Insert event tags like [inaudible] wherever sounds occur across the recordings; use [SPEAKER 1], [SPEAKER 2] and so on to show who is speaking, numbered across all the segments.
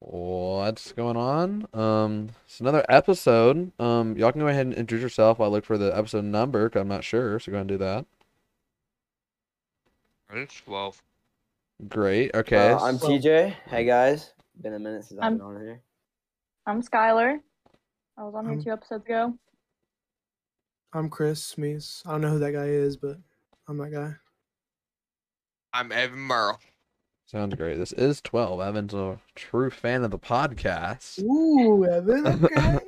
[SPEAKER 1] what's going on? Um, it's another episode. Um, y'all can go ahead and introduce yourself while I look for the episode number. i I'm not sure, so go ahead and do that.
[SPEAKER 2] It's 12.
[SPEAKER 1] Great. Okay.
[SPEAKER 3] Uh, I'm
[SPEAKER 1] so-
[SPEAKER 3] TJ. Hey guys, been a minute since I've
[SPEAKER 4] I'm-
[SPEAKER 3] been on here.
[SPEAKER 4] I'm Skylar. I was on here
[SPEAKER 5] Um,
[SPEAKER 4] two episodes ago.
[SPEAKER 5] I'm Chris Mees. I don't know who that guy is, but I'm that guy.
[SPEAKER 2] I'm Evan Merle.
[SPEAKER 1] sounds great. This is 12. Evan's a true fan of the podcast.
[SPEAKER 5] Ooh, [laughs] Evan.
[SPEAKER 1] okay.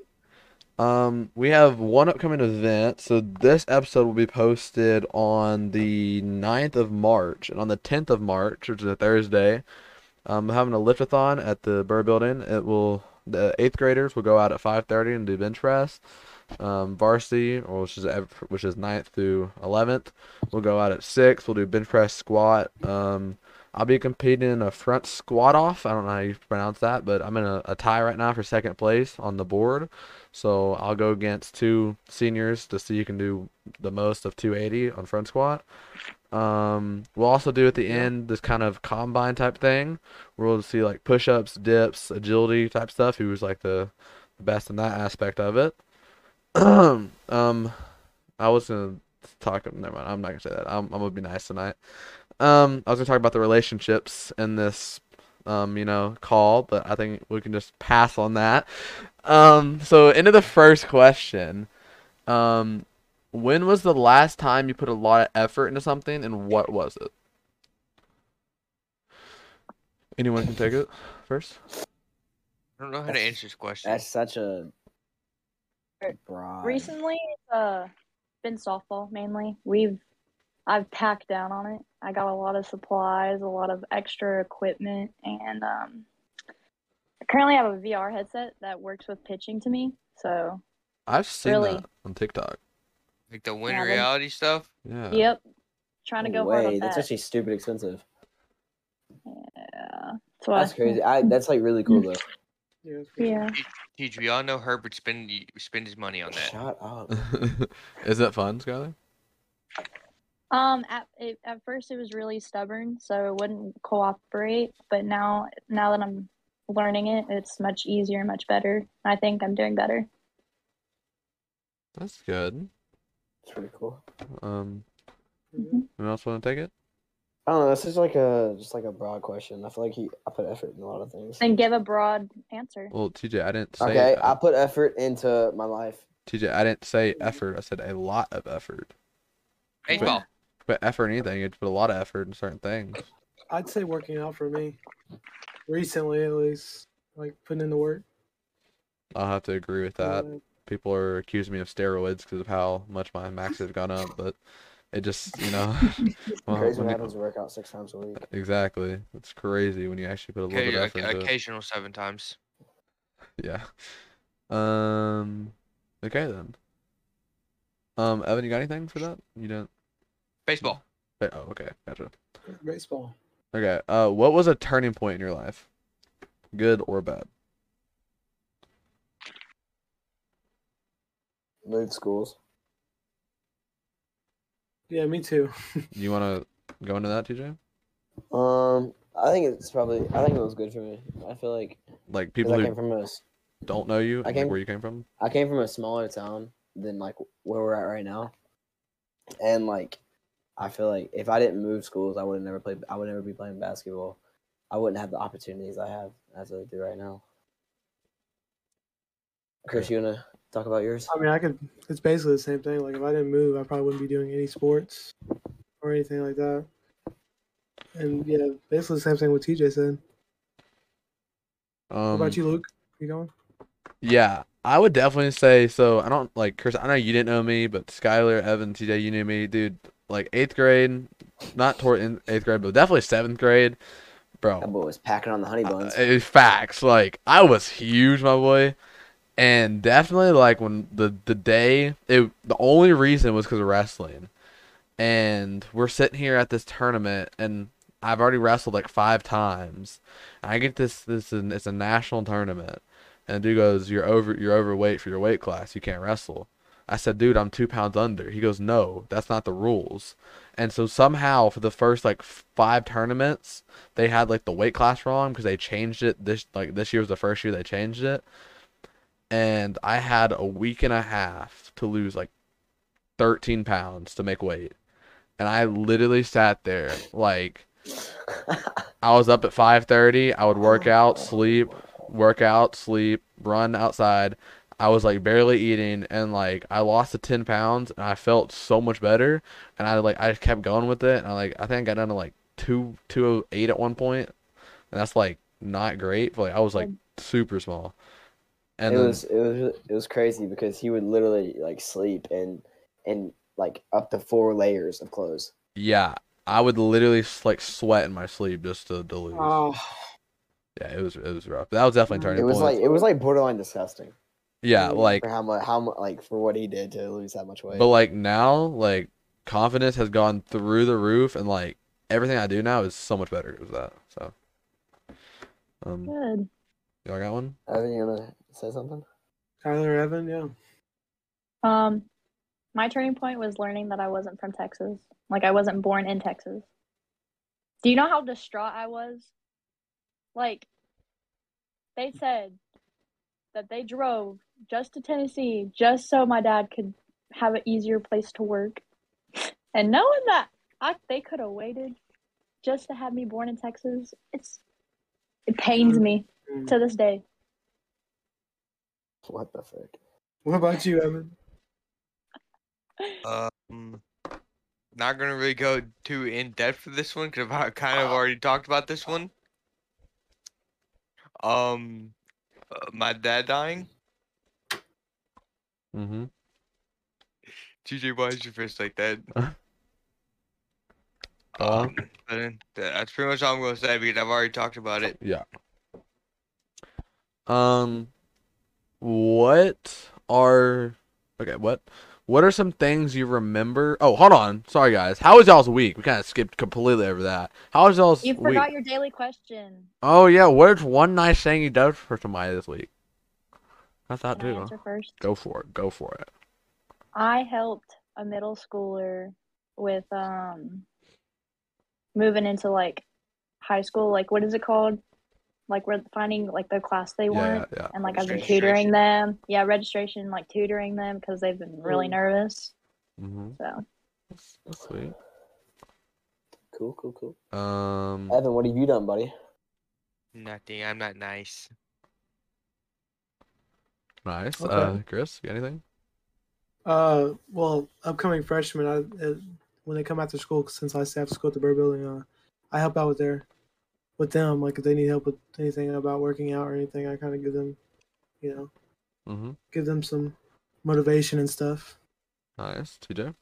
[SPEAKER 1] Um, we have one upcoming event. So this episode will be posted on the 9th of March. And on the 10th of March, which is a Thursday, um, we're having a liftathon at the Burr Building. It will the eighth graders will go out at 5:30 and do bench press. Um, varsity, or which is ev- which is 9th through 11th, we'll go out at six. We'll do bench press, squat. Um, I'll be competing in a front squat off. I don't know how you pronounce that, but I'm in a, a tie right now for second place on the board. So I'll go against two seniors to see who can do the most of 280 on front squat. Um, we'll also do at the end this kind of combine type thing where we'll see like push ups, dips, agility type stuff. Who was like the, the best in that aspect of it. [clears throat] um, I was gonna talk. Never mind. I'm not gonna say that. I'm, I'm gonna be nice tonight. Um, I was gonna talk about the relationships in this, um, you know, call, but I think we can just pass on that. Um, so into the first question. Um, when was the last time you put a lot of effort into something, and what was it? Anyone can take it
[SPEAKER 4] [laughs]
[SPEAKER 1] first.
[SPEAKER 2] I don't know how to answer this question.
[SPEAKER 3] That's such a
[SPEAKER 4] Right.
[SPEAKER 3] broad.
[SPEAKER 4] Er, Recently, it's uh, been softball mainly. We've I've packed down on it. I got a lot of supplies, a lot of extra equipment, and um, I currently have a VR headset that works with pitching to me. So,
[SPEAKER 1] I've seen
[SPEAKER 4] Really?
[SPEAKER 1] that on TikTok.
[SPEAKER 2] Like the win
[SPEAKER 4] Yeah, then-
[SPEAKER 2] reality stuff.
[SPEAKER 1] Yeah. [laughs]
[SPEAKER 4] yep, trying to
[SPEAKER 3] Uh, No
[SPEAKER 4] go hard
[SPEAKER 3] way,
[SPEAKER 4] on
[SPEAKER 3] That's
[SPEAKER 4] that.
[SPEAKER 3] actually stupid expensive.
[SPEAKER 4] yeah, that's, what I-
[SPEAKER 3] That's crazy. I that's like really cool though.
[SPEAKER 4] [laughs] Yeah,
[SPEAKER 2] Teach, we all know Herbert spend spend his money on that.
[SPEAKER 3] Shut
[SPEAKER 1] [laughs]
[SPEAKER 3] up.
[SPEAKER 1] Is that fun, Skylar?
[SPEAKER 4] Um, at it, at first it was really stubborn, so it wouldn't cooperate. But now, now that I'm learning it, it's much easier, much better. I think I'm doing better.
[SPEAKER 1] That's good.
[SPEAKER 3] It's pretty cool.
[SPEAKER 1] Um, anyone else want to take it?
[SPEAKER 3] I don't know. This is like a just like a broad question. I feel like he I put effort in a lot of things.
[SPEAKER 4] And give a broad answer.
[SPEAKER 1] Well, TJ, I didn't say.
[SPEAKER 3] Okay,
[SPEAKER 1] that.
[SPEAKER 3] I put effort into my life.
[SPEAKER 1] TJ, I didn't say effort. I said a lot of effort.
[SPEAKER 2] Baseball.
[SPEAKER 1] Put effort in anything. You put a lot of effort in certain things.
[SPEAKER 5] I'd say working out for me. Recently, at least, like putting in the work.
[SPEAKER 1] I'll have to agree with that. People are accusing me of steroids because of how much my max have gone up, but it just, you know, [laughs] well,
[SPEAKER 3] Crazy
[SPEAKER 1] when
[SPEAKER 3] what
[SPEAKER 1] you-
[SPEAKER 3] happens to work out six times a week.
[SPEAKER 1] exactly. It's crazy when you actually put a little
[SPEAKER 2] Occa-
[SPEAKER 1] bit of effort
[SPEAKER 2] oc-
[SPEAKER 1] into it.
[SPEAKER 2] occasional seven times.
[SPEAKER 1] Yeah. Um. Okay then. Um, Evan, you got anything for that? You don't.
[SPEAKER 2] Baseball.
[SPEAKER 1] but- Oh, okay, gotcha.
[SPEAKER 5] uh, Baseball.
[SPEAKER 1] Okay. Uh, what was a turning point in your life, good or bad?
[SPEAKER 3] Move schools.
[SPEAKER 5] Yeah, me too.
[SPEAKER 1] You want to go into that, TJ?
[SPEAKER 3] Um, I think it's probably. I think it was good for me. I feel like 'cause
[SPEAKER 1] Like people
[SPEAKER 3] I
[SPEAKER 1] who
[SPEAKER 3] came from a s-
[SPEAKER 1] don't know you,
[SPEAKER 3] I
[SPEAKER 1] and, like
[SPEAKER 3] came-
[SPEAKER 1] where you came from.
[SPEAKER 3] I came from a smaller town than like where we're at right now, and like I feel like if I didn't move schools, I would have never played. I would never be playing basketball. I wouldn't have the opportunities I have as I do right now. Chris, you wanna talk about yours?
[SPEAKER 5] I mean, I could. It's basically the same thing. Like if I didn't move, I probably wouldn't be doing any sports or anything like that. And yeah, basically the same thing what TJ said.
[SPEAKER 1] Um,
[SPEAKER 5] what about you, Luke? You going?
[SPEAKER 1] Yeah, I would definitely say so. I don't like Chris. I know you didn't know me, but Skylar, Evan, TJ, you knew me, dude. Like eighth grade, not toward in eighth grade, but definitely seventh grade, bro.
[SPEAKER 3] That boy was packing on the honey buns.
[SPEAKER 1] Uh, it's facts. Like I was huge, my boy, and definitely like when the the day it the only reason was because of wrestling, and we're sitting here at this tournament, and I've already wrestled like five times. And I get this this and it's a national tournament, and the dude goes, "You're over you're overweight for your weight class. You can't wrestle." I said, dude, I'm two pounds under. He goes, no, that's not the rules. And so somehow for the first like five tournaments, they had like the weight class wrong because they changed it this like this year was the first year they changed it. And I had a week and a half to lose like 13 pounds to make weight. And I literally sat there like I was up at 5:30. I would work out,
[SPEAKER 3] Oh.
[SPEAKER 1] sleep, work out, sleep, run outside. I was like barely eating, and like I lost the 10 pounds, and I felt so much better. And I like I kept going with it, and I like I think I got down to like two two oh eight at one point, and that's like not great. But like I was like super small, and
[SPEAKER 3] it
[SPEAKER 1] then,
[SPEAKER 3] was it was it was crazy because he would literally like sleep and and like up to four layers of clothes.
[SPEAKER 1] yeah, I would literally s- like sweat in my sleep just to, to lose.
[SPEAKER 5] Oh,
[SPEAKER 1] Yeah, it was it was rough. That was definitely
[SPEAKER 5] It
[SPEAKER 1] turning
[SPEAKER 3] It was
[SPEAKER 1] point.
[SPEAKER 3] like it was like borderline disgusting.
[SPEAKER 1] yeah, like
[SPEAKER 3] for how much how mu- like for what he did to lose that much weight.
[SPEAKER 1] But like now, like confidence has gone through the roof, and like everything I do now is so much better because of that. So, um,
[SPEAKER 4] Good.
[SPEAKER 1] y'all got one?
[SPEAKER 3] Evan, you gonna say something? [laughs]
[SPEAKER 5] Tyler Evan, yeah.
[SPEAKER 4] Um, my turning point was learning that I wasn't from Texas. Like I wasn't born in Texas. Do you know how distraught I was? Like they said that they drove just to Tennessee just so my dad could have an easier place to work. And knowing that I they could have waited just to have me born in Texas, it's it pains me
[SPEAKER 5] Mm.
[SPEAKER 4] to this day.
[SPEAKER 3] What the frick?
[SPEAKER 5] What about you, Evan?
[SPEAKER 2] Um, not gonna really go too in depth for this one because I've kind of already talked about this one. Um, uh, my dad dying.
[SPEAKER 1] Mm-hmm.
[SPEAKER 2] TJ, why is your fist like that?
[SPEAKER 1] [laughs] Uh.
[SPEAKER 2] Um, uh, that's pretty much all I'm gonna say because I've already talked about it.
[SPEAKER 1] Yeah. Um, what are okay? What what are some things you remember? Oh, hold on. Sorry, guys. How was y'all's week? We kind of skipped completely over that. How was y'all's
[SPEAKER 4] You
[SPEAKER 1] week?
[SPEAKER 4] forgot your daily question.
[SPEAKER 1] Oh yeah, what's one nice thing you did for somebody this week? I thought
[SPEAKER 4] Can I
[SPEAKER 1] too.
[SPEAKER 4] answer first?
[SPEAKER 1] Go for it. Go for it.
[SPEAKER 4] I helped a middle schooler with um moving into like high school, like what is it called? Like we're finding like the class they
[SPEAKER 1] Yeah,
[SPEAKER 4] want,
[SPEAKER 1] yeah.
[SPEAKER 4] and like I've been
[SPEAKER 2] Registration.
[SPEAKER 4] tutoring them. Yeah, registration, like tutoring them because they've been really
[SPEAKER 5] Mm.
[SPEAKER 4] nervous.
[SPEAKER 1] Mm-hmm.
[SPEAKER 4] So
[SPEAKER 1] That's, that's sweet.
[SPEAKER 3] Cool, cool, cool.
[SPEAKER 1] Um,
[SPEAKER 3] Evan, what have you done, buddy?
[SPEAKER 2] Nothing. I'm not nice.
[SPEAKER 1] nice.
[SPEAKER 5] Okay.
[SPEAKER 1] Uh, Chris, you got anything?
[SPEAKER 5] Uh, well, upcoming freshmen, I uh, when they come after school, since I staff school at the Burr Building, uh, I help out with their, with them. Like if they need help with anything about working out or anything, I kind of give them, you know,
[SPEAKER 1] Mm-hmm.
[SPEAKER 5] give them some motivation and stuff.
[SPEAKER 1] Nice. TJ.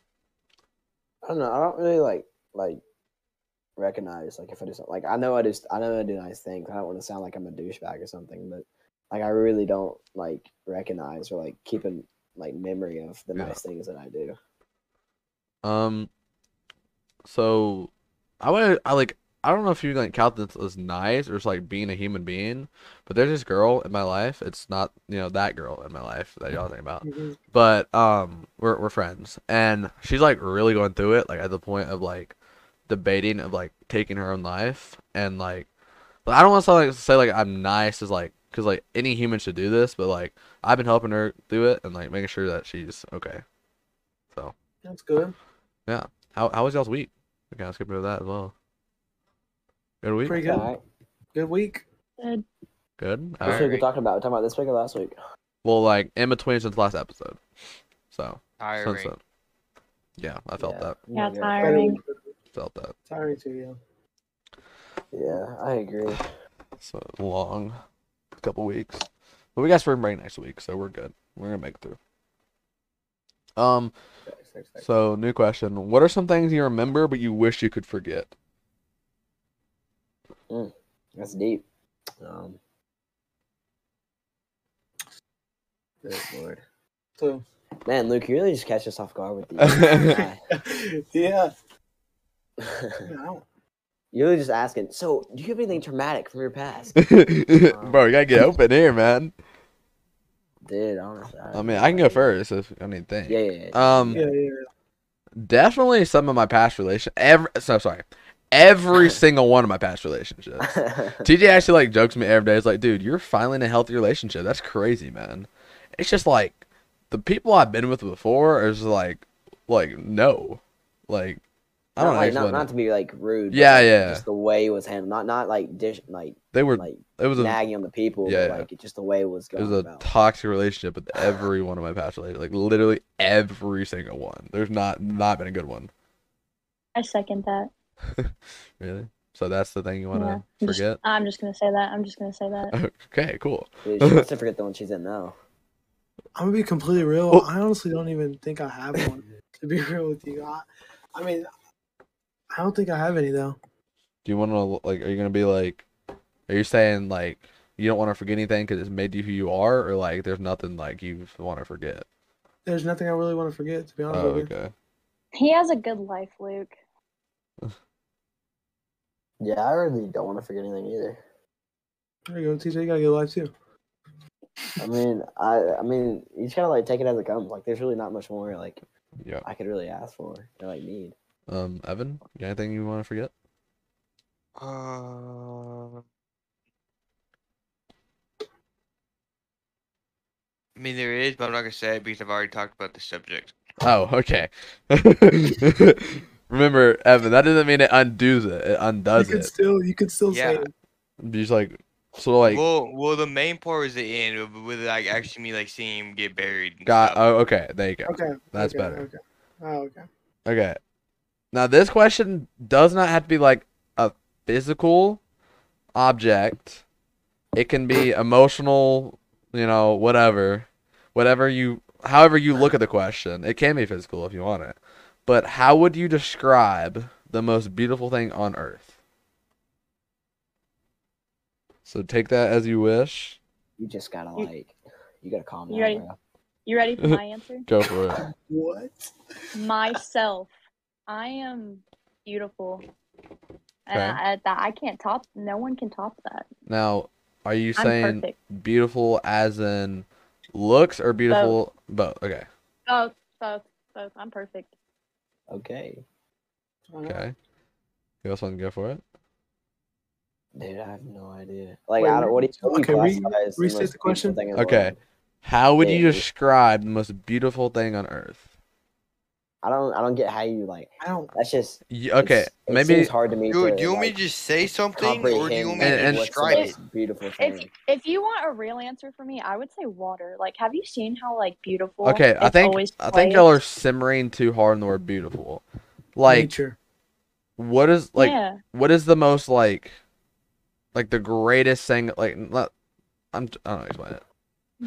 [SPEAKER 3] I don't know. I don't really like like recognize like if I do something. Like I know I just I know I do nice things. I don't want to sound like I'm a douchebag or something, but like I really don't like recognize or like keep in like memory of the
[SPEAKER 1] Yeah.
[SPEAKER 3] nice things that I do.
[SPEAKER 1] Um, so I want I like I don't know if you like count this as nice or just like being a human being, but there's this girl in my life. It's not you know that girl in my life that y'all think about.
[SPEAKER 5] Mm-hmm.
[SPEAKER 1] but um we're we're friends and she's like really going through it like at the point of like debating of like taking her own life and like but I don't want to like, say like I'm nice is like because like any human should do this but like I've been helping her do it and like making sure that she's okay so
[SPEAKER 5] That's good.
[SPEAKER 1] how how was y'all's week we kind of skipped over that as well good week
[SPEAKER 5] Pretty
[SPEAKER 3] All
[SPEAKER 5] good.
[SPEAKER 3] right.
[SPEAKER 5] Good week.
[SPEAKER 4] good.
[SPEAKER 1] good All
[SPEAKER 3] Which
[SPEAKER 1] right.
[SPEAKER 3] week we talking about? We're talking about this week or last week? Oh
[SPEAKER 1] well like in between since last episode so since
[SPEAKER 2] Tiring.
[SPEAKER 1] then yeah I felt
[SPEAKER 3] Yeah.
[SPEAKER 1] that
[SPEAKER 4] Yeah,
[SPEAKER 3] Not
[SPEAKER 4] it's
[SPEAKER 3] good.
[SPEAKER 4] higher.
[SPEAKER 5] Better
[SPEAKER 4] Tiring.
[SPEAKER 5] week.
[SPEAKER 1] felt that
[SPEAKER 5] Tiring too.
[SPEAKER 3] Yeah, I agree.
[SPEAKER 1] So long, couple weeks, but we got spring break next week, so we're good. We're gonna make it through. Um, so new question: What are some things you remember but you wish you could forget? [laughs]
[SPEAKER 3] That's deep. Um, good lord,
[SPEAKER 5] So [laughs]
[SPEAKER 3] man, Luke, you really just catch us off guard with these.
[SPEAKER 1] [laughs]
[SPEAKER 3] [laughs]
[SPEAKER 5] yeah.
[SPEAKER 3] Hi.
[SPEAKER 5] I don't-
[SPEAKER 3] You're just asking. So,
[SPEAKER 1] [laughs]
[SPEAKER 3] do you have anything traumatic from your past?
[SPEAKER 1] Bro, you gotta get open here, man.
[SPEAKER 3] did, honestly.
[SPEAKER 1] I mean, I can go first if I need to think.
[SPEAKER 3] Yeah, yeah, [laughs] yeah.
[SPEAKER 1] Um,
[SPEAKER 5] Yeah, yeah.
[SPEAKER 1] definitely some of my past relation. Every so sorry, every single one of my past relationships. TJ actually like jokes me every day. It's like, dude, you're finally in a healthy relationship. That's crazy, man. It's just like the people I've been with before is like, like no, like I don't know. how to
[SPEAKER 3] not, like, not,
[SPEAKER 1] explain
[SPEAKER 3] not
[SPEAKER 1] it.
[SPEAKER 3] to be like rude. but,
[SPEAKER 1] Yeah,
[SPEAKER 3] like,
[SPEAKER 1] yeah.
[SPEAKER 3] Just the way it was handled. Not not like dish like
[SPEAKER 1] they were.
[SPEAKER 3] like
[SPEAKER 1] It was a
[SPEAKER 3] nagging on the people.
[SPEAKER 1] Yeah,
[SPEAKER 3] Yeah,
[SPEAKER 1] yeah.
[SPEAKER 3] like it just the way it was
[SPEAKER 1] it
[SPEAKER 3] going
[SPEAKER 1] was a
[SPEAKER 3] about.
[SPEAKER 1] toxic relationship with every one of my past relationships. Like literally every single one. There's not not been a good one.
[SPEAKER 4] I second that.
[SPEAKER 1] Really. So that's the thing you want
[SPEAKER 4] Yeah.
[SPEAKER 1] to
[SPEAKER 4] I'm just-
[SPEAKER 1] forget. [laughs]
[SPEAKER 4] I'm just gonna say that. I'm just gonna say that.
[SPEAKER 1] Okay, cool.
[SPEAKER 3] Dude,
[SPEAKER 1] [laughs]
[SPEAKER 3] she wants to forget the one she's in now.
[SPEAKER 5] I'm gonna be completely real.
[SPEAKER 1] Oh.
[SPEAKER 5] I honestly don't even think I have
[SPEAKER 1] [laughs]
[SPEAKER 5] one. to be [laughs] real with you, I, I mean, I don't think I have any though.
[SPEAKER 1] Do you want to like? Are you gonna be like? Are you saying like you don't want to forget anything because it's made you who you are, or like there's nothing like you want to forget?
[SPEAKER 5] There's nothing I really want to forget. To be honest
[SPEAKER 1] Oh,
[SPEAKER 5] with you,
[SPEAKER 1] okay.
[SPEAKER 4] He has a good life, Luke.
[SPEAKER 3] Yeah, I really don't want to forget anything either.
[SPEAKER 5] there you go, TJ. You gotta get life too.
[SPEAKER 3] I mean, I I mean, you just gotta like take it as it comes. Like, there's really not much more like
[SPEAKER 1] Yeah.
[SPEAKER 3] I could really ask for or like need.
[SPEAKER 1] Um, Evan, you got anything you want to forget?
[SPEAKER 2] Uh, I mean, there is, but I'm not gonna say it because I've already talked about the subject.
[SPEAKER 1] Oh, okay. [laughs] Remember, Evan, that doesn't mean it undoes it. It undoes
[SPEAKER 5] you could
[SPEAKER 1] it.
[SPEAKER 5] still, you could still say
[SPEAKER 2] Yeah.
[SPEAKER 5] it.
[SPEAKER 1] You just like sort of like
[SPEAKER 2] well, well, the main part was the end with- with like actually me like seeing him get buried. and
[SPEAKER 1] got.
[SPEAKER 2] stuff.
[SPEAKER 1] Oh, okay. There you go.
[SPEAKER 5] Okay,
[SPEAKER 1] That's
[SPEAKER 5] okay,
[SPEAKER 1] better.
[SPEAKER 5] Okay. Oh, okay.
[SPEAKER 1] Okay. Now this question does not have to be like a physical object. It can be emotional, you know, whatever. Whatever you however you look at the question. It can be physical if you want it. But how would you describe the most beautiful thing on earth? So take that as you wish.
[SPEAKER 3] You just gotta
[SPEAKER 4] You-
[SPEAKER 3] like, you gotta calm
[SPEAKER 4] You
[SPEAKER 3] down,
[SPEAKER 4] ready?
[SPEAKER 3] bro.
[SPEAKER 4] You ready
[SPEAKER 1] [laughs]
[SPEAKER 4] for my answer?
[SPEAKER 1] Go for
[SPEAKER 4] [coughs]
[SPEAKER 1] it.
[SPEAKER 5] What?
[SPEAKER 4] Myself. I am beautiful. And
[SPEAKER 1] Okay.
[SPEAKER 4] I, I, I can't top. No one can top that.
[SPEAKER 1] Now, are you
[SPEAKER 4] I'm
[SPEAKER 1] saying
[SPEAKER 4] perfect.
[SPEAKER 1] beautiful as in looks or beautiful both? Okay.
[SPEAKER 4] Both, both, both. I'm perfect.
[SPEAKER 3] Okay,
[SPEAKER 1] Okay. You else want to go for it?
[SPEAKER 3] dude, I have no idea. Like,
[SPEAKER 5] Wait,
[SPEAKER 3] I don't. What do you? What do you
[SPEAKER 5] okay, re-
[SPEAKER 3] classify as
[SPEAKER 5] restate
[SPEAKER 3] most
[SPEAKER 5] the question.
[SPEAKER 3] beautiful thing in the
[SPEAKER 1] Okay.
[SPEAKER 3] world?
[SPEAKER 1] How would you
[SPEAKER 3] Yeah.
[SPEAKER 1] describe the most beautiful thing on earth?
[SPEAKER 3] I don't. I don't get how you like.
[SPEAKER 5] I don't.
[SPEAKER 3] That's just
[SPEAKER 1] You, okay,
[SPEAKER 3] it's- it
[SPEAKER 1] maybe
[SPEAKER 3] seems hard to me.
[SPEAKER 2] Dude,
[SPEAKER 3] to,
[SPEAKER 2] do you want me
[SPEAKER 3] like,
[SPEAKER 2] to just say something, or do you want me
[SPEAKER 1] comprehend
[SPEAKER 2] to
[SPEAKER 1] and-
[SPEAKER 3] what's the
[SPEAKER 2] describe it?
[SPEAKER 3] most Beautiful
[SPEAKER 4] If
[SPEAKER 3] thing.
[SPEAKER 4] if you want a real answer for me, I would say water. Like, have you seen how like beautiful?
[SPEAKER 1] okay. I
[SPEAKER 4] it's
[SPEAKER 1] think
[SPEAKER 4] always
[SPEAKER 1] I think
[SPEAKER 4] played?
[SPEAKER 1] y'all are simmering too hard on the word beautiful. Like,
[SPEAKER 5] nature.
[SPEAKER 1] what is like
[SPEAKER 4] yeah.
[SPEAKER 1] what is the most like like the greatest thing? Like, not, I'm I don't know how to explain it.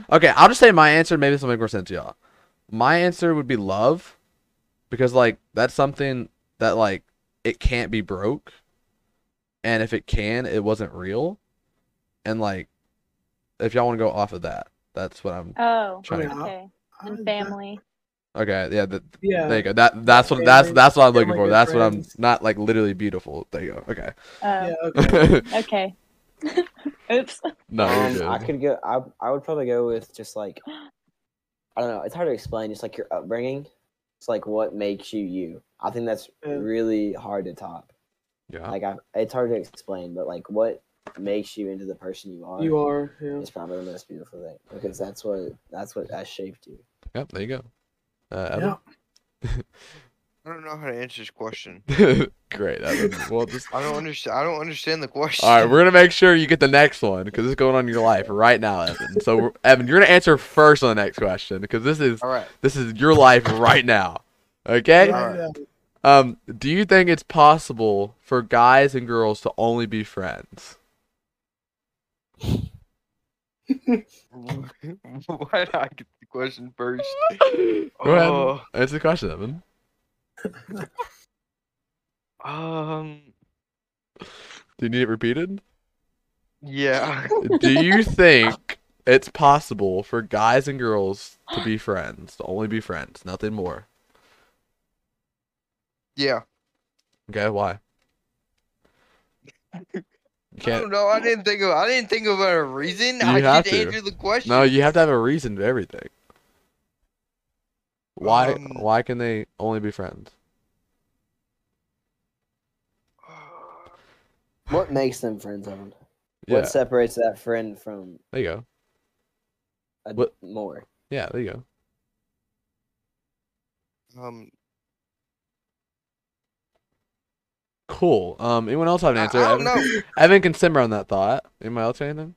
[SPEAKER 1] Okay, I'll just say my answer. Maybe this will make more sense to y'all. My answer would be love, because like that's something that like it can't be broke, and if it can, it wasn't real, and like if y'all want to go off of that, that's what I'm
[SPEAKER 4] Oh.
[SPEAKER 1] trying.
[SPEAKER 5] Okay.
[SPEAKER 4] Okay.
[SPEAKER 5] I
[SPEAKER 4] And
[SPEAKER 5] don't-
[SPEAKER 4] family.
[SPEAKER 1] Okay, yeah, th-
[SPEAKER 5] Yeah.
[SPEAKER 1] there you go. That that's what that's
[SPEAKER 5] Family-
[SPEAKER 1] that's what I'm looking
[SPEAKER 5] family,
[SPEAKER 1] for.
[SPEAKER 5] good
[SPEAKER 1] That's what I'm
[SPEAKER 5] friends.
[SPEAKER 1] not like literally beautiful. There you go. Okay.
[SPEAKER 4] Oh.
[SPEAKER 5] Yeah. Okay.
[SPEAKER 4] Okay. [laughs] Oops.
[SPEAKER 1] [laughs] no,
[SPEAKER 3] Um,
[SPEAKER 1] you're
[SPEAKER 3] I
[SPEAKER 1] Oh, good.
[SPEAKER 3] could go. I I would probably go with just like I don't know. It's hard to explain. Just like your upbringing. It's like what makes you you. I think that's
[SPEAKER 5] Yeah.
[SPEAKER 3] really hard to top.
[SPEAKER 1] Yeah.
[SPEAKER 3] Like I, it's hard to explain, but like what makes you into the person you are.
[SPEAKER 5] You are. Yeah.
[SPEAKER 3] is probably the most beautiful thing because that's what that's what has shaped you.
[SPEAKER 1] Yep. There you go. Uh, Evan?
[SPEAKER 5] Yeah.
[SPEAKER 2] I don't know how to answer this question.
[SPEAKER 1] [laughs] Great. That was, well, just,
[SPEAKER 2] I don't understand. I don't understand the question.
[SPEAKER 1] all right. We're gonna make sure you get the next one because it's going on in your life right now, Evan. So, we're- [laughs] Evan, you're gonna answer first on the next question because this is
[SPEAKER 2] [laughs] All right. [laughs]
[SPEAKER 1] this is your life right now. Okay.
[SPEAKER 5] Yeah, yeah.
[SPEAKER 1] Um. Do you think it's possible for guys and girls to only be friends?
[SPEAKER 2] Why did I get the question first?
[SPEAKER 1] Go ahead.
[SPEAKER 2] Oh,
[SPEAKER 1] Answer the question, Evan.
[SPEAKER 2] um.
[SPEAKER 1] Do you need it repeated?
[SPEAKER 2] Yeah. [laughs]
[SPEAKER 1] Do you think it's possible for guys and girls to be friends, to only be friends, nothing more?
[SPEAKER 2] Yeah.
[SPEAKER 1] Okay, why?
[SPEAKER 2] No, [laughs]
[SPEAKER 1] can't.
[SPEAKER 2] no, I didn't think of. I didn't think of a reason.
[SPEAKER 1] You
[SPEAKER 2] I
[SPEAKER 1] have
[SPEAKER 2] just
[SPEAKER 1] to.
[SPEAKER 2] answered the question.
[SPEAKER 1] No, you have to have a reason to everything. Why?
[SPEAKER 2] Um,
[SPEAKER 1] why can they only be friends?
[SPEAKER 3] What makes them friend zone?
[SPEAKER 1] Yeah.
[SPEAKER 3] What separates that friend from
[SPEAKER 1] There you go.
[SPEAKER 3] a
[SPEAKER 1] What-
[SPEAKER 3] more?
[SPEAKER 1] Yeah, there you go.
[SPEAKER 2] [sighs] um,
[SPEAKER 1] Cool. Um, anyone else have an
[SPEAKER 2] I, I
[SPEAKER 1] answer?
[SPEAKER 2] don't
[SPEAKER 1] Evan, [laughs]
[SPEAKER 2] know.
[SPEAKER 1] Evan can simmer on that thought. Anyone else have anything?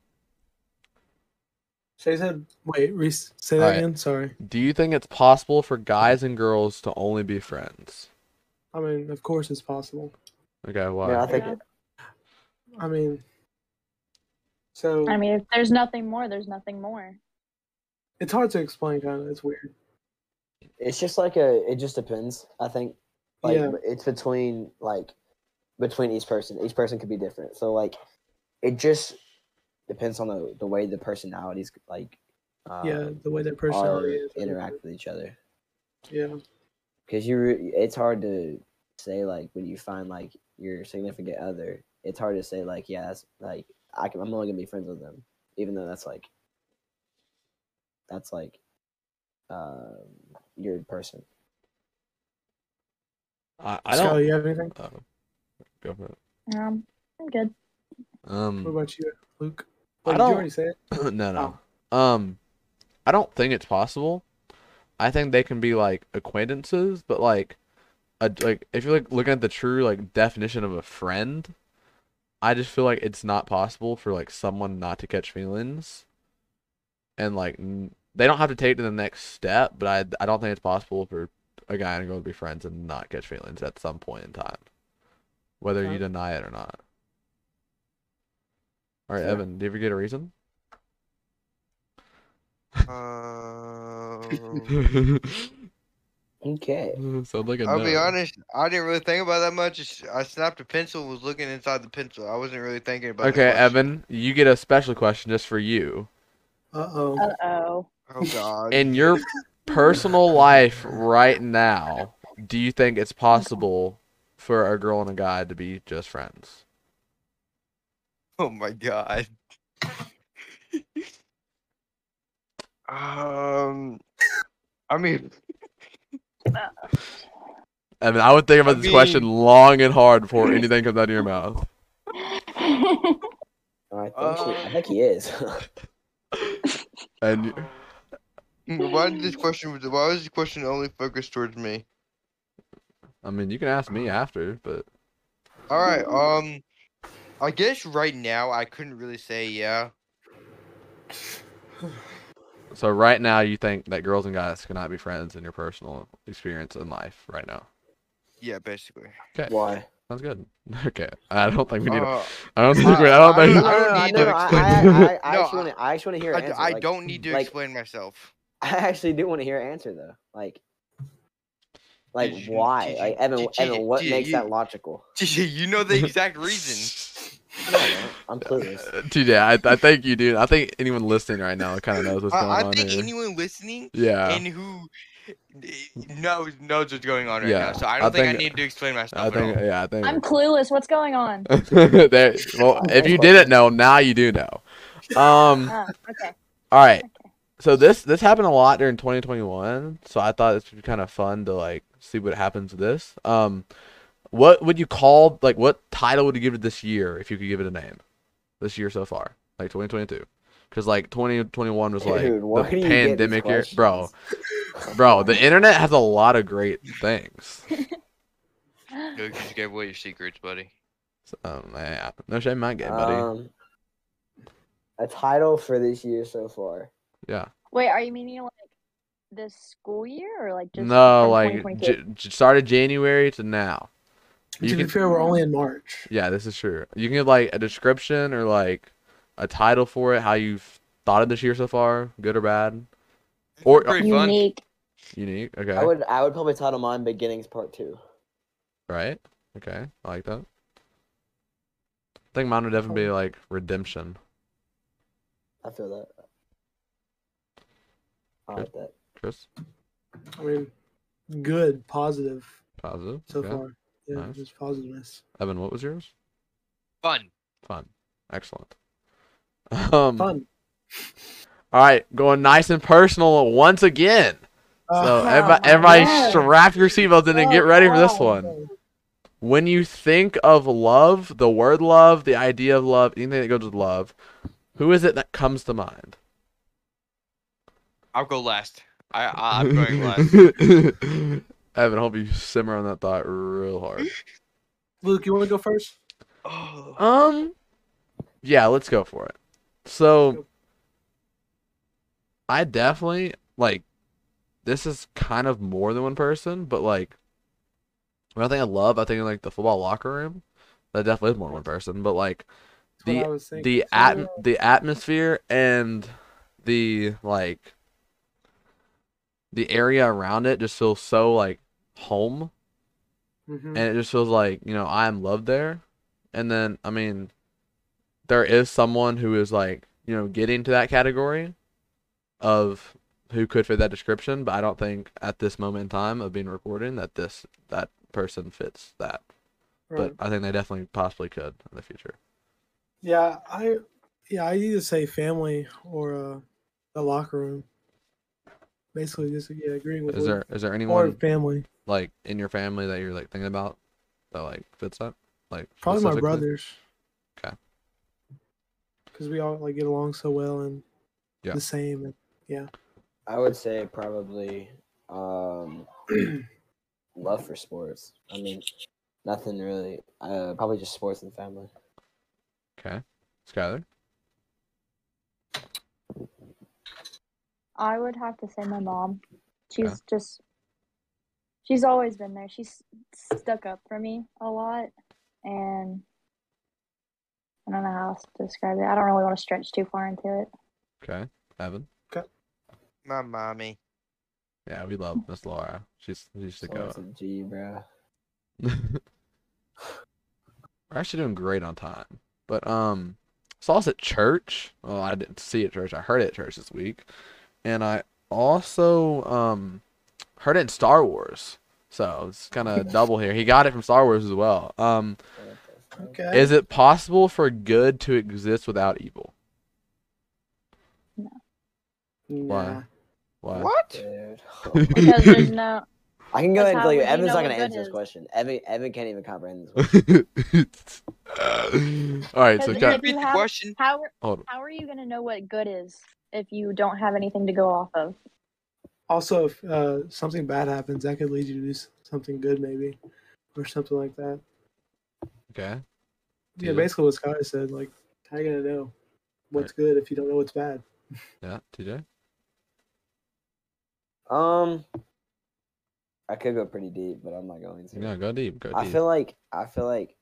[SPEAKER 5] Shay said, wait, Reese, say that
[SPEAKER 1] Alright.
[SPEAKER 5] again. Sorry.
[SPEAKER 1] Do you think it's possible for guys and girls to only be friends?
[SPEAKER 5] I mean, of course it's possible.
[SPEAKER 1] Okay, why?
[SPEAKER 3] Yeah, I think
[SPEAKER 4] Yeah.
[SPEAKER 5] I mean, so
[SPEAKER 4] I mean, if there's nothing more, there's nothing more.
[SPEAKER 5] it's hard to explain, kind of. It's weird.
[SPEAKER 3] it's just like a. It just depends. I think. Like
[SPEAKER 5] Yeah.
[SPEAKER 3] it's between like between each person. Each person could be different. So like, it just depends on the the way the personalities like. Uh,
[SPEAKER 5] yeah, the way that
[SPEAKER 3] are,
[SPEAKER 5] personality is.
[SPEAKER 3] interact with each other.
[SPEAKER 5] Yeah.
[SPEAKER 3] because you re- it's hard to say like when you find like your significant other it's hard to say like yeah that's like I can, i'm only gonna be friends with them even though that's like that's like um your person
[SPEAKER 1] I, I
[SPEAKER 5] Skylar,
[SPEAKER 1] don't.
[SPEAKER 5] you have anything?
[SPEAKER 1] Oh, go for it.
[SPEAKER 4] Um, I'm good.
[SPEAKER 5] What
[SPEAKER 1] Um,
[SPEAKER 5] about you, Luke?
[SPEAKER 1] I
[SPEAKER 5] Wait, did
[SPEAKER 1] don't-
[SPEAKER 5] you already say
[SPEAKER 1] [clears throat]
[SPEAKER 5] it?
[SPEAKER 1] no, no. Um, I don't think it's possible. I think they can be like acquaintances, but like, a, like if you're like looking at the true like definition of a friend, I just feel like it's not possible for like someone not to catch feelings, and like n- they don't have to take it to the next step. But I I don't think it's possible for a guy and a girl to be friends and not catch feelings at some point in time, whether you
[SPEAKER 5] Okay.
[SPEAKER 1] deny it or not. All right,
[SPEAKER 3] Fair.
[SPEAKER 1] Evan, do you ever get a reason?
[SPEAKER 2] Uh,
[SPEAKER 1] Sounds
[SPEAKER 3] okay
[SPEAKER 1] like a
[SPEAKER 2] I'll be
[SPEAKER 1] no.
[SPEAKER 2] honest. I didn't really think about that much. It's- I snapped a pencil. Was looking inside the pencil. I wasn't really thinking about. the
[SPEAKER 1] Okay,
[SPEAKER 2] question.
[SPEAKER 1] Evan, you get a special question just for you.
[SPEAKER 5] Uh oh.
[SPEAKER 4] Uh [laughs] oh.
[SPEAKER 2] Oh
[SPEAKER 1] [laughs]
[SPEAKER 2] God.
[SPEAKER 1] In your personal life right now, do you think it's possible for a girl and a guy to be just friends?
[SPEAKER 2] Oh my God. um, I mean,
[SPEAKER 1] Evan, I would think about
[SPEAKER 2] I
[SPEAKER 1] this question long and hard before anything comes out of your mouth.
[SPEAKER 3] Oh, i think, he, I think he
[SPEAKER 2] Um,
[SPEAKER 3] is [laughs]
[SPEAKER 1] And you-
[SPEAKER 2] why did this question? Why was this question only focused towards me?
[SPEAKER 1] I mean, you can ask me after, but
[SPEAKER 2] All right. Um, I guess right now I couldn't really say yeah.
[SPEAKER 1] so right now you think that girls and guys cannot be friends in your personal experience in life right now.
[SPEAKER 2] Yeah, basically.
[SPEAKER 3] why
[SPEAKER 1] Sounds good. [laughs] Okay. I don't think we need.
[SPEAKER 2] Uh,
[SPEAKER 1] I don't think we. I
[SPEAKER 2] I-
[SPEAKER 1] don't
[SPEAKER 2] I
[SPEAKER 1] think.
[SPEAKER 2] don't-
[SPEAKER 3] No, no, no,
[SPEAKER 2] need
[SPEAKER 3] no,
[SPEAKER 2] to
[SPEAKER 3] no, I,
[SPEAKER 1] explain.
[SPEAKER 3] I, I,
[SPEAKER 2] [laughs]
[SPEAKER 3] I
[SPEAKER 2] No,
[SPEAKER 3] actually want to i actually want to hear
[SPEAKER 2] I,
[SPEAKER 3] an
[SPEAKER 2] d-
[SPEAKER 3] answer
[SPEAKER 2] I
[SPEAKER 3] like,
[SPEAKER 2] don't need to
[SPEAKER 3] like-
[SPEAKER 2] explain myself.
[SPEAKER 3] [laughs]
[SPEAKER 2] [laughs]
[SPEAKER 3] i actually do want to hear an answer though like like
[SPEAKER 2] Did you-
[SPEAKER 3] why
[SPEAKER 2] did you-
[SPEAKER 3] like evan
[SPEAKER 2] did you-
[SPEAKER 3] evan what
[SPEAKER 2] did
[SPEAKER 3] makes that
[SPEAKER 2] you-
[SPEAKER 3] logical
[SPEAKER 2] you know
[SPEAKER 1] [laughs]
[SPEAKER 2] the exact reason.
[SPEAKER 3] No, no,
[SPEAKER 2] [laughs]
[SPEAKER 3] i'm clueless
[SPEAKER 1] Uh, TJ, I, I think you do. I think anyone listening right now kind of knows what's going
[SPEAKER 2] I, I
[SPEAKER 1] on
[SPEAKER 2] think
[SPEAKER 1] here.
[SPEAKER 2] anyone listening
[SPEAKER 1] yeah,
[SPEAKER 2] and who knows knows what's going on right
[SPEAKER 1] Yeah,
[SPEAKER 2] now. So I
[SPEAKER 1] I
[SPEAKER 2] don't think,
[SPEAKER 1] think-
[SPEAKER 2] I need to explain myself.
[SPEAKER 1] I think. Yeah, I [laughs]
[SPEAKER 4] I'm
[SPEAKER 1] think.
[SPEAKER 4] clueless. What's going on?
[SPEAKER 1] there, well, if you didn't know, now you do know. Um.
[SPEAKER 4] [laughs] Oh, okay.
[SPEAKER 1] All right.
[SPEAKER 4] Okay.
[SPEAKER 1] So this this happened a lot during 2021. So I thought this would be kind of fun to like see what happens with this. Um, what would you call like what title would you give it this year if you could give it a name? This year so far, like 2022, because like 2021 was like
[SPEAKER 3] Dude, why do
[SPEAKER 1] the
[SPEAKER 3] you get these
[SPEAKER 1] pandemic year, bro.
[SPEAKER 3] questions?
[SPEAKER 1] Bro,
[SPEAKER 3] [laughs]
[SPEAKER 1] the internet has a lot of great things.
[SPEAKER 2] No, [laughs] you just gave away your secrets, buddy.
[SPEAKER 1] Um, yeah, no shame in my game, buddy.
[SPEAKER 3] Um, a title for this year so far.
[SPEAKER 1] yeah.
[SPEAKER 4] [gasps] Wait, are you meaning like this school year or like just
[SPEAKER 1] No,
[SPEAKER 4] from
[SPEAKER 1] like
[SPEAKER 4] 2022?
[SPEAKER 1] j- j- started January to now. You
[SPEAKER 5] to
[SPEAKER 1] can-
[SPEAKER 5] be fair, we're only in March.
[SPEAKER 1] Yeah, this is true. You can give like a description or like a title for it, how you've thought of this year so far, good or bad, Or- uh,
[SPEAKER 2] pretty fun.
[SPEAKER 4] unique.
[SPEAKER 1] unique. Okay,
[SPEAKER 3] I would I would probably title mine "Beginnings Part 2.
[SPEAKER 1] right? Okay, I like that. I think mine would definitely be like redemption.
[SPEAKER 3] I feel that. I like that.
[SPEAKER 1] Chris,
[SPEAKER 5] I mean, good, positive
[SPEAKER 1] positive.
[SPEAKER 5] so
[SPEAKER 1] okay.
[SPEAKER 5] far. Yeah,
[SPEAKER 1] Nice.
[SPEAKER 5] just positiveness.
[SPEAKER 1] Evan, what was yours?
[SPEAKER 2] Fun.
[SPEAKER 1] Fun. Excellent. Um,
[SPEAKER 5] Fun.
[SPEAKER 1] All right, going nice and personal once again. So
[SPEAKER 5] Uh,
[SPEAKER 1] everybody,
[SPEAKER 4] my
[SPEAKER 1] everybody
[SPEAKER 4] God.
[SPEAKER 1] strap your seatbelts in and get ready for this one. When you think of love, the word love, the idea of love, anything that goes with love, who is it that comes to mind?
[SPEAKER 2] I'll go last. I,
[SPEAKER 1] [laughs]
[SPEAKER 2] I I'm going last.
[SPEAKER 1] Evan, I hope you simmer on that thought real hard.
[SPEAKER 5] Luke, you want to go first?
[SPEAKER 2] Oh,
[SPEAKER 1] Um, yeah, let's go for it. So, I definitely like. This is kind of more than one person, but like, when I think I love, I think of, like the football locker room. That definitely is more than one person, but like
[SPEAKER 5] That's what
[SPEAKER 1] The-
[SPEAKER 5] I was thinking.
[SPEAKER 1] the
[SPEAKER 5] So,
[SPEAKER 1] at the atmosphere and the like the area around it just feels so like home
[SPEAKER 5] mhm.
[SPEAKER 1] and it just feels like you know I am loved there, and then I mean, there is someone who is like you know getting to that category of who could fit that description, but I don't think at this moment in time of being recording that this that person fits that.
[SPEAKER 5] Right.
[SPEAKER 1] But I think they definitely possibly could in the future.
[SPEAKER 5] Yeah, I yeah, I either say family or uh, the locker room. Basically, just yeah, agreeing with
[SPEAKER 1] Is there
[SPEAKER 5] Luke.
[SPEAKER 1] is there
[SPEAKER 5] or
[SPEAKER 1] anyone
[SPEAKER 5] family.
[SPEAKER 1] like in your family that you're like thinking about that like fits that? Like
[SPEAKER 5] Probably my
[SPEAKER 1] specifically?
[SPEAKER 5] brothers.
[SPEAKER 1] Okay.
[SPEAKER 5] Because we all like get along so well and
[SPEAKER 1] Yeah.
[SPEAKER 5] the same. And,
[SPEAKER 3] I would say probably um, [clears throat] love for sports. I mean, nothing really. Uh, probably just sports and family.
[SPEAKER 1] Okay, Skyler.
[SPEAKER 4] I would have to say my mom. She's
[SPEAKER 1] Okay.
[SPEAKER 4] just she's always been there. She's stuck up for me a lot and I don't know how else to describe it. I don't really want to stretch too far into
[SPEAKER 1] [laughs]
[SPEAKER 4] it.
[SPEAKER 1] Okay, Evan.
[SPEAKER 2] my mommy.
[SPEAKER 1] Yeah, we love Miss Laura. She's she's the go.
[SPEAKER 3] Sports and G, bro.
[SPEAKER 1] [laughs] We're actually doing great on time. But um saw us at church. Well, I didn't see it at church. I heard it at church this week. And I also um heard it in Star Wars. So it's kind
[SPEAKER 5] [laughs]
[SPEAKER 1] of double here. He got it from Star Wars as well. Um
[SPEAKER 5] okay.
[SPEAKER 1] is it possible for good to exist without evil?
[SPEAKER 5] Nah.
[SPEAKER 1] Why?
[SPEAKER 2] [laughs] What?
[SPEAKER 3] Dude. [laughs]
[SPEAKER 5] [laughs]
[SPEAKER 4] Because there's no
[SPEAKER 3] I can go ahead
[SPEAKER 4] That's
[SPEAKER 3] and
[SPEAKER 4] how
[SPEAKER 3] tell you,
[SPEAKER 4] we- you
[SPEAKER 3] Evan's not
[SPEAKER 4] know what
[SPEAKER 3] going to
[SPEAKER 4] good
[SPEAKER 3] answer this
[SPEAKER 4] is.
[SPEAKER 3] question. Evan, Evan can't even comprehend this
[SPEAKER 1] All
[SPEAKER 3] one.
[SPEAKER 1] [laughs] right, so
[SPEAKER 4] Because
[SPEAKER 1] Ky-
[SPEAKER 4] if you
[SPEAKER 2] Repeat the
[SPEAKER 4] have-
[SPEAKER 2] question.
[SPEAKER 4] how are-
[SPEAKER 1] hold on.
[SPEAKER 4] how are you gonna know what good is if you don't have anything to go off of?
[SPEAKER 5] Also, if uh, something bad happens, that could lead you to do s- something good, maybe, or something like that.
[SPEAKER 1] Okay.
[SPEAKER 5] Yeah,
[SPEAKER 1] TJ?
[SPEAKER 5] basically what Sky said. Like, how you gonna know what's good if you don't know what's bad?
[SPEAKER 1] Yeah, TJ.
[SPEAKER 3] Um, I could go pretty deep, but I'm not going to.
[SPEAKER 1] Yeah, go deep. Go deep.
[SPEAKER 3] I feel like I feel like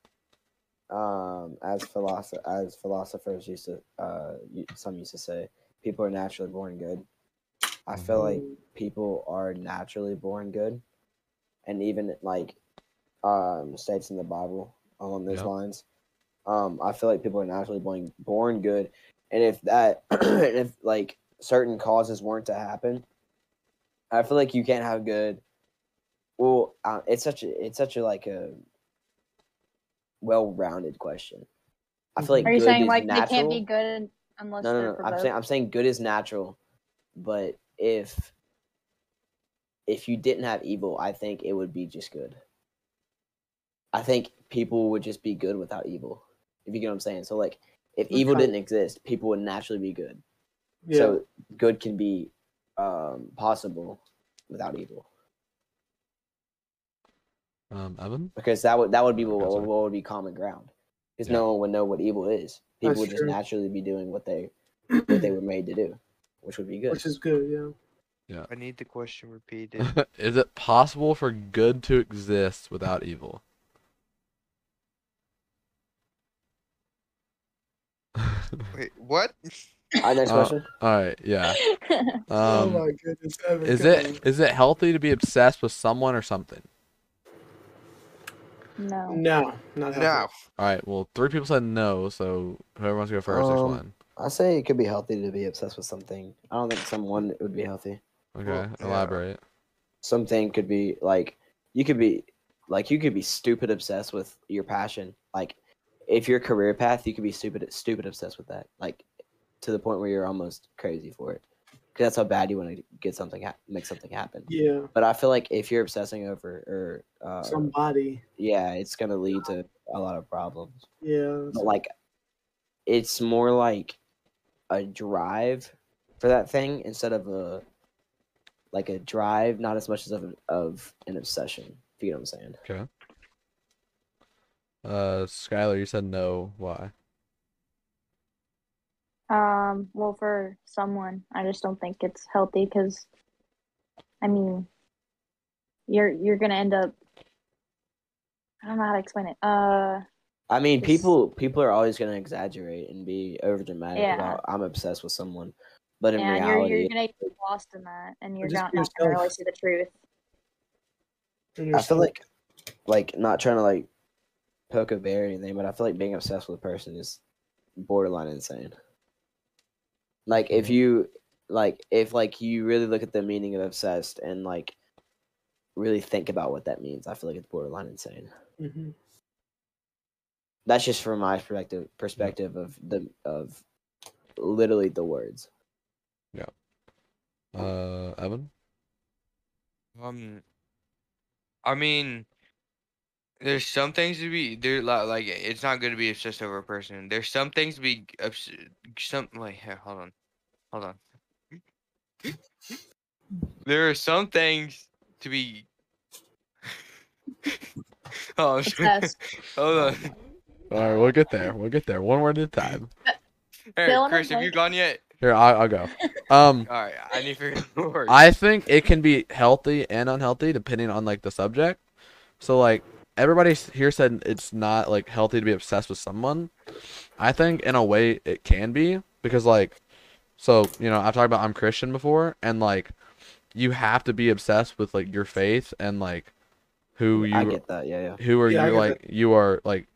[SPEAKER 3] um as philosoph- as philosophers used to uh u- some used to say people are naturally born good. I feel like
[SPEAKER 5] Mm,
[SPEAKER 3] people are naturally born good, and even like um states in the Bible along those
[SPEAKER 1] Yeah.
[SPEAKER 3] lines. Um, I feel like people are naturally born born good, and if that [clears throat] and if like certain causes weren't to happen, I feel like you can't have good. Well, uh, it's such a it's such a like a well-rounded question. I feel like
[SPEAKER 4] Are you
[SPEAKER 3] good
[SPEAKER 4] saying
[SPEAKER 3] is
[SPEAKER 4] like
[SPEAKER 3] natural
[SPEAKER 4] they can't be good unless
[SPEAKER 3] no,
[SPEAKER 4] they're
[SPEAKER 3] no, no. I'm
[SPEAKER 4] provoked?
[SPEAKER 3] saying I'm saying good is natural, but if if you didn't have evil, I think it would be just good. I think people would just be good without evil. If you get what I'm saying. So like if
[SPEAKER 5] That's
[SPEAKER 3] evil
[SPEAKER 5] fine.
[SPEAKER 3] didn't exist, people would naturally be good.
[SPEAKER 5] Yeah.
[SPEAKER 3] So good can be um possible without evil.
[SPEAKER 1] um, Evan.
[SPEAKER 3] Because that would that would be what,
[SPEAKER 1] That's right.
[SPEAKER 3] what would be common ground. Because no one would know what evil is. People
[SPEAKER 5] That's
[SPEAKER 3] would just
[SPEAKER 5] true.
[SPEAKER 3] naturally be doing what
[SPEAKER 5] [clears throat]
[SPEAKER 3] they what they were made to do, which would be good.
[SPEAKER 5] Which is good. Yeah.
[SPEAKER 2] I need the
[SPEAKER 1] [laughs]
[SPEAKER 2] question repeated.
[SPEAKER 1] is it possible for good to exist without evil? [laughs]
[SPEAKER 2] Wait, what?
[SPEAKER 3] All right, next
[SPEAKER 1] Uh,
[SPEAKER 3] question.
[SPEAKER 1] All right, yeah.
[SPEAKER 4] [laughs]
[SPEAKER 5] oh
[SPEAKER 1] Um,
[SPEAKER 5] my goodness. Evan,
[SPEAKER 1] is
[SPEAKER 5] come
[SPEAKER 1] it is it healthy to be obsessed with someone or something?
[SPEAKER 4] no.
[SPEAKER 5] on. No, not
[SPEAKER 2] No.
[SPEAKER 5] healthy.
[SPEAKER 1] All right, well, three people said no, so whoever wants to go first, there's
[SPEAKER 3] Um,
[SPEAKER 1] one.
[SPEAKER 3] I say it could be healthy to be obsessed with something. I don't think someone would be healthy.
[SPEAKER 1] Okay,
[SPEAKER 2] yeah.
[SPEAKER 1] elaborate.
[SPEAKER 3] Something could be like you could be like you could be stupid obsessed with your passion. Like if your career path, you could be stupid, stupid obsessed with that, like to the point where you're almost crazy for it, because that's how bad you want to get something, ha- make something happen.
[SPEAKER 5] Yeah.
[SPEAKER 3] But I feel like if you're obsessing over, or uh,
[SPEAKER 5] Somebody.
[SPEAKER 3] yeah, it's gonna lead to a lot of problems.
[SPEAKER 5] Yeah.
[SPEAKER 3] But like, it's more like a drive for that thing instead of a like a drive, not as much as of, of an obsession. If you know what I'm saying.
[SPEAKER 1] Uh, Skylar, you said no. Why? Mm.
[SPEAKER 4] Um, well, for someone, I just don't think it's healthy because, I mean, you're you're gonna end up. I don't know how to explain it. Uh,
[SPEAKER 3] I mean,
[SPEAKER 4] It's-
[SPEAKER 3] people people are always going to exaggerate and be over dramatic
[SPEAKER 4] Yeah.
[SPEAKER 3] about I'm obsessed with someone, but in
[SPEAKER 4] and you're
[SPEAKER 3] reality,
[SPEAKER 4] you're gonna get lost in that, and you're
[SPEAKER 5] just
[SPEAKER 4] not,
[SPEAKER 5] be
[SPEAKER 4] not gonna really
[SPEAKER 5] yourself.
[SPEAKER 4] see
[SPEAKER 5] [laughs]
[SPEAKER 4] the truth.
[SPEAKER 5] And
[SPEAKER 3] I feel like like not trying to like poke a bear or anything, but I feel like being obsessed with a person is borderline insane. Like if you like if like you really look at the meaning of obsessed and like really think about what that means, I feel like it's borderline insane.
[SPEAKER 5] hmm
[SPEAKER 3] That's just from my perspective perspective of the of literally the words.
[SPEAKER 1] Uh, Evan.
[SPEAKER 2] Um, I mean, there's some things to be there. li- Like, it's not good to be obsessed over a person. There's some things to be obs- some. Wait, here, hold on, hold on. There are some things to be. [laughs] oh, I'm sorry.
[SPEAKER 4] Obsessed.
[SPEAKER 2] hold on.
[SPEAKER 1] All right, we'll get there. We'll get there. One word at a time.
[SPEAKER 2] Hey,
[SPEAKER 4] Fill in the
[SPEAKER 2] Chris, have you
[SPEAKER 4] blank.
[SPEAKER 2] gone yet?
[SPEAKER 1] Here, I, I'll [laughs] go. Um,
[SPEAKER 2] All right, I need to figure out [laughs] the word.
[SPEAKER 1] I think it can be healthy and unhealthy depending on like the subject. So like everybody s- here said it's not like healthy to be obsessed with someone. I think in a way it can be because like so you know I've talked about I'm Christian before and like you have to be obsessed with like your faith and like who you
[SPEAKER 3] I get that, yeah, yeah.
[SPEAKER 1] who are
[SPEAKER 5] Yeah, I
[SPEAKER 1] you
[SPEAKER 5] get
[SPEAKER 1] like you are like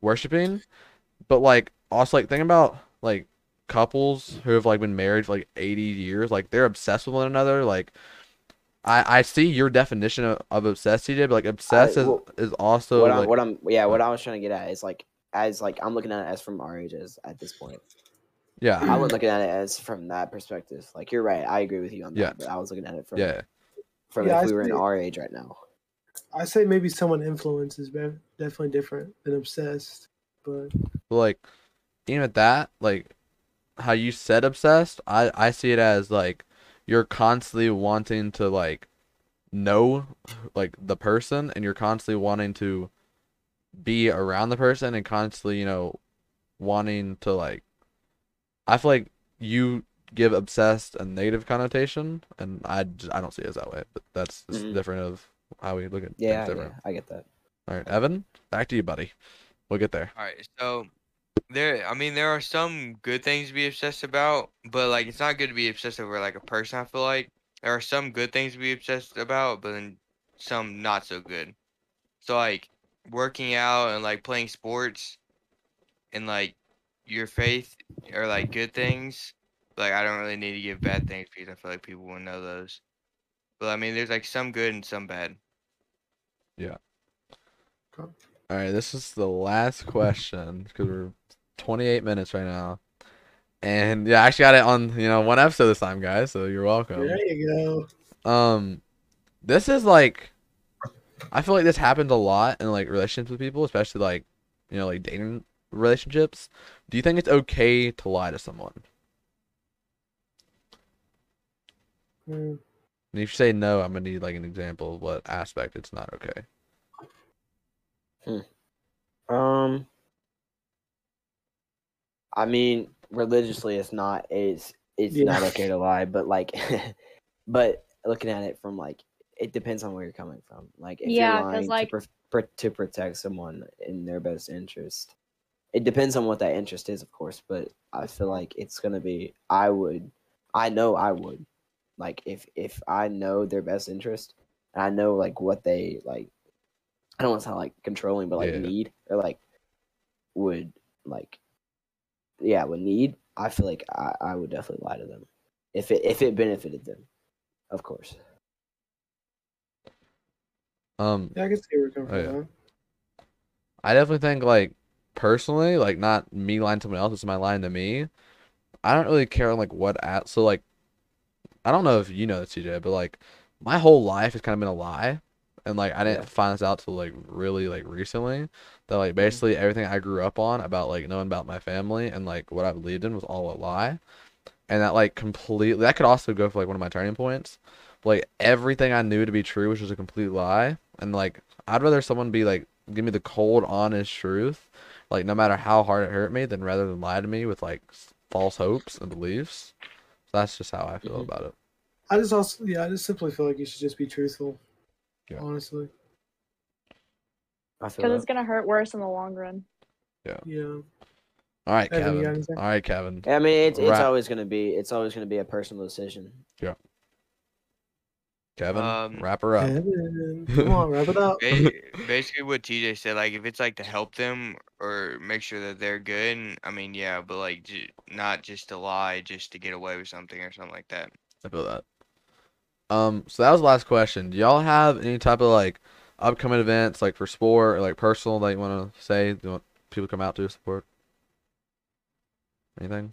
[SPEAKER 1] worshiping but like also like think about like couples who have like been married for like 80 years like they're obsessed with one another like i i see your definition of, of obsessed CJ, but like obsessed is,
[SPEAKER 3] well,
[SPEAKER 1] is also
[SPEAKER 3] what I'm,
[SPEAKER 1] like,
[SPEAKER 3] what I'm, yeah, what I was trying to get at is like, as like I'm looking at it as from our ages at this point.
[SPEAKER 1] yeah
[SPEAKER 3] I was looking at it as from that perspective. Like you're right, I agree with you on that.
[SPEAKER 1] Yeah.
[SPEAKER 3] But I was looking at it from
[SPEAKER 1] yeah
[SPEAKER 3] from
[SPEAKER 5] Yeah,
[SPEAKER 3] if
[SPEAKER 5] I
[SPEAKER 3] we were in
[SPEAKER 5] see.
[SPEAKER 3] our age right now.
[SPEAKER 5] I say maybe someone influence is be- definitely different than obsessed, but
[SPEAKER 1] but like even at that like how you said obsessed i i see it as like you're constantly wanting to like know like the person and you're constantly wanting to be around the person and constantly you know wanting to like i feel like you give obsessed a negative connotation and i j- I don't see it as that way but that's just
[SPEAKER 3] Mhm.
[SPEAKER 1] different of how we look at
[SPEAKER 3] Yeah,
[SPEAKER 1] things
[SPEAKER 3] yeah,
[SPEAKER 1] different
[SPEAKER 3] I get that.
[SPEAKER 1] all right evan back to you buddy we'll get there
[SPEAKER 2] All right, so there. I mean, there are some good things to be obsessed about, but like, it's not good to be obsessed over like a person. I feel like there are some good things to be obsessed about, but then some not so good. So like, working out and like playing sports, and like your faith are like good things. Like, I don't really need to give bad things because I feel like people will know those. But I mean, there's like some good and some bad.
[SPEAKER 1] All right, this is the last question because we're 28 minutes right now, and yeah, I actually got it on you know one episode this time, guys. So you're welcome.
[SPEAKER 5] there you
[SPEAKER 1] Um, this is like, I feel like this happens a lot in like relationships with people, especially like you know like dating relationships. Do you think it's okay to lie to someone?
[SPEAKER 5] go. Mm.
[SPEAKER 1] And if you say no, I'm gonna need like an example of what aspect it's not okay.
[SPEAKER 3] Um, I mean, religiously, it's not. It's it's
[SPEAKER 5] Yeah.
[SPEAKER 3] not okay
[SPEAKER 5] [laughs]
[SPEAKER 3] to lie, but like, [laughs] but looking at it from like, it depends on where you're coming from. Like, if
[SPEAKER 4] Yeah,
[SPEAKER 3] you're lying
[SPEAKER 4] 'cause, like-
[SPEAKER 3] to, pr- pr- to protect someone in their best interest, it depends on what that interest is, of course. But I feel like it's gonna be. I would. I know I would. Like, if if I know their best interest, and I know like what they like. I don't want to sound like controlling, but like
[SPEAKER 1] Yeah.
[SPEAKER 3] need or like would like yeah would need i feel like i, I would definitely lie to them if it if it benefited them of course
[SPEAKER 1] Um,
[SPEAKER 5] Yeah, I can see where you're coming
[SPEAKER 1] Oh,
[SPEAKER 5] from.
[SPEAKER 1] I definitely think like personally, like not me lying to someone else, it's my lying to me. I don't really care like what at so like I don't know if you know this CJ, but like my whole life has kind of been a lie. And like I didn't
[SPEAKER 3] Yeah.
[SPEAKER 1] find this out till like really like recently that like basically everything I grew up on about like knowing about my family and like what I believed in was all a lie. And that like completely that could also go for like one of my turning points. But, like everything I knew to be true, which was a complete lie. And like I'd rather someone be like give me the cold, honest truth, like no matter how hard it hurt me, than rather than lie to me with like s- false hopes and beliefs. So that's just how I feel
[SPEAKER 3] Mhm.
[SPEAKER 1] about it.
[SPEAKER 5] I just also yeah, I just simply feel like you should just be truthful.
[SPEAKER 1] Yeah.
[SPEAKER 5] Honestly.
[SPEAKER 3] I feel
[SPEAKER 4] because it's
[SPEAKER 3] that.
[SPEAKER 4] gonna hurt worse in the long run.
[SPEAKER 5] Yeah.
[SPEAKER 1] All right,
[SPEAKER 5] Evan, you got
[SPEAKER 1] Kevin.
[SPEAKER 5] anything?
[SPEAKER 1] All right, Kevin.
[SPEAKER 3] Yeah, I mean, it's, it's
[SPEAKER 1] Right.
[SPEAKER 3] always gonna be it's always gonna be a personal decision.
[SPEAKER 1] Kevin,
[SPEAKER 2] Um,
[SPEAKER 1] wrap her up.
[SPEAKER 5] Evan, Come on, wrap
[SPEAKER 1] [laughs]
[SPEAKER 5] it [laughs] up.
[SPEAKER 2] Ba- basically what TJ said, like if it's like to help them or make sure that they're good, and- I mean, yeah, but like j- not just to lie, just to get away with something or something like that.
[SPEAKER 1] I feel that. Um, so that was the last question. Do y'all have any type of like upcoming events, like for sport or like personal that you want to say? Do you want people to come out to support? Anything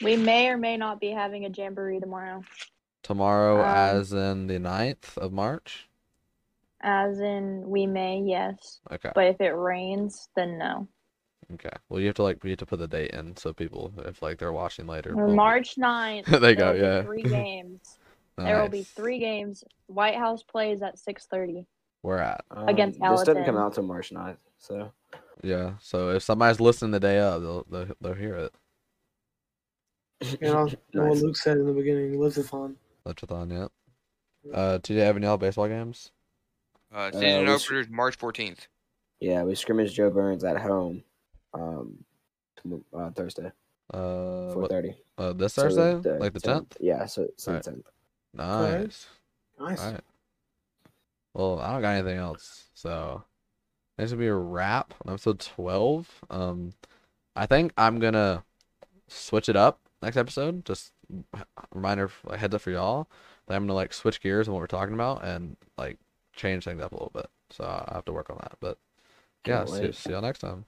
[SPEAKER 4] We may or may not be having a jamboree tomorrow,
[SPEAKER 1] tomorrow,
[SPEAKER 4] Um,
[SPEAKER 1] as in the 9th of March?
[SPEAKER 4] as in we may, yes.
[SPEAKER 1] Okay.
[SPEAKER 4] But if it rains, then no.
[SPEAKER 1] Okay. Well, you have to like you have to put the date in so people, if like they're watching later. will-
[SPEAKER 4] March 9th.
[SPEAKER 1] [laughs] There you go,
[SPEAKER 4] will be
[SPEAKER 1] yeah.
[SPEAKER 4] Three games. There will be
[SPEAKER 1] Nice.
[SPEAKER 4] three games. White House plays at 6:30.
[SPEAKER 1] We're at
[SPEAKER 3] Um,
[SPEAKER 4] Against
[SPEAKER 3] this doesn't come
[SPEAKER 4] Allerton.
[SPEAKER 3] out till March 9th, so
[SPEAKER 1] yeah. So if somebody's listening the day of, they'll they'll, they'll hear it.
[SPEAKER 5] And I'll, and what
[SPEAKER 3] Nice.
[SPEAKER 5] Luke said in the beginning, live the fun.
[SPEAKER 1] Lechathon, yep. Uh, TJ, have any other baseball games?
[SPEAKER 2] Uh, season
[SPEAKER 3] we
[SPEAKER 2] opener
[SPEAKER 3] sh-
[SPEAKER 2] is March 14th.
[SPEAKER 3] [laughs] yeah, we scrimmage Joe Burns at home, um, tom- uh, Thursday,
[SPEAKER 1] Uh,
[SPEAKER 3] four
[SPEAKER 1] what,
[SPEAKER 3] thirty.
[SPEAKER 1] uh this Thursday, like the tenth.
[SPEAKER 3] Yeah, so it's the
[SPEAKER 1] Alright.
[SPEAKER 3] tenth.
[SPEAKER 5] Alright.
[SPEAKER 1] Nice.
[SPEAKER 5] Nice.
[SPEAKER 1] All right. Well, I don't got anything else, so this will be a wrap on episode twelve. Um, I think I'm gonna switch it up next episode. Just a reminder, like heads up for y'all. That I'm gonna like switch gears on what we're talking about and like change things up a little bit. So I have to work on that. But yeah,
[SPEAKER 3] Can't
[SPEAKER 1] see,
[SPEAKER 3] wait.
[SPEAKER 1] see y'all next time.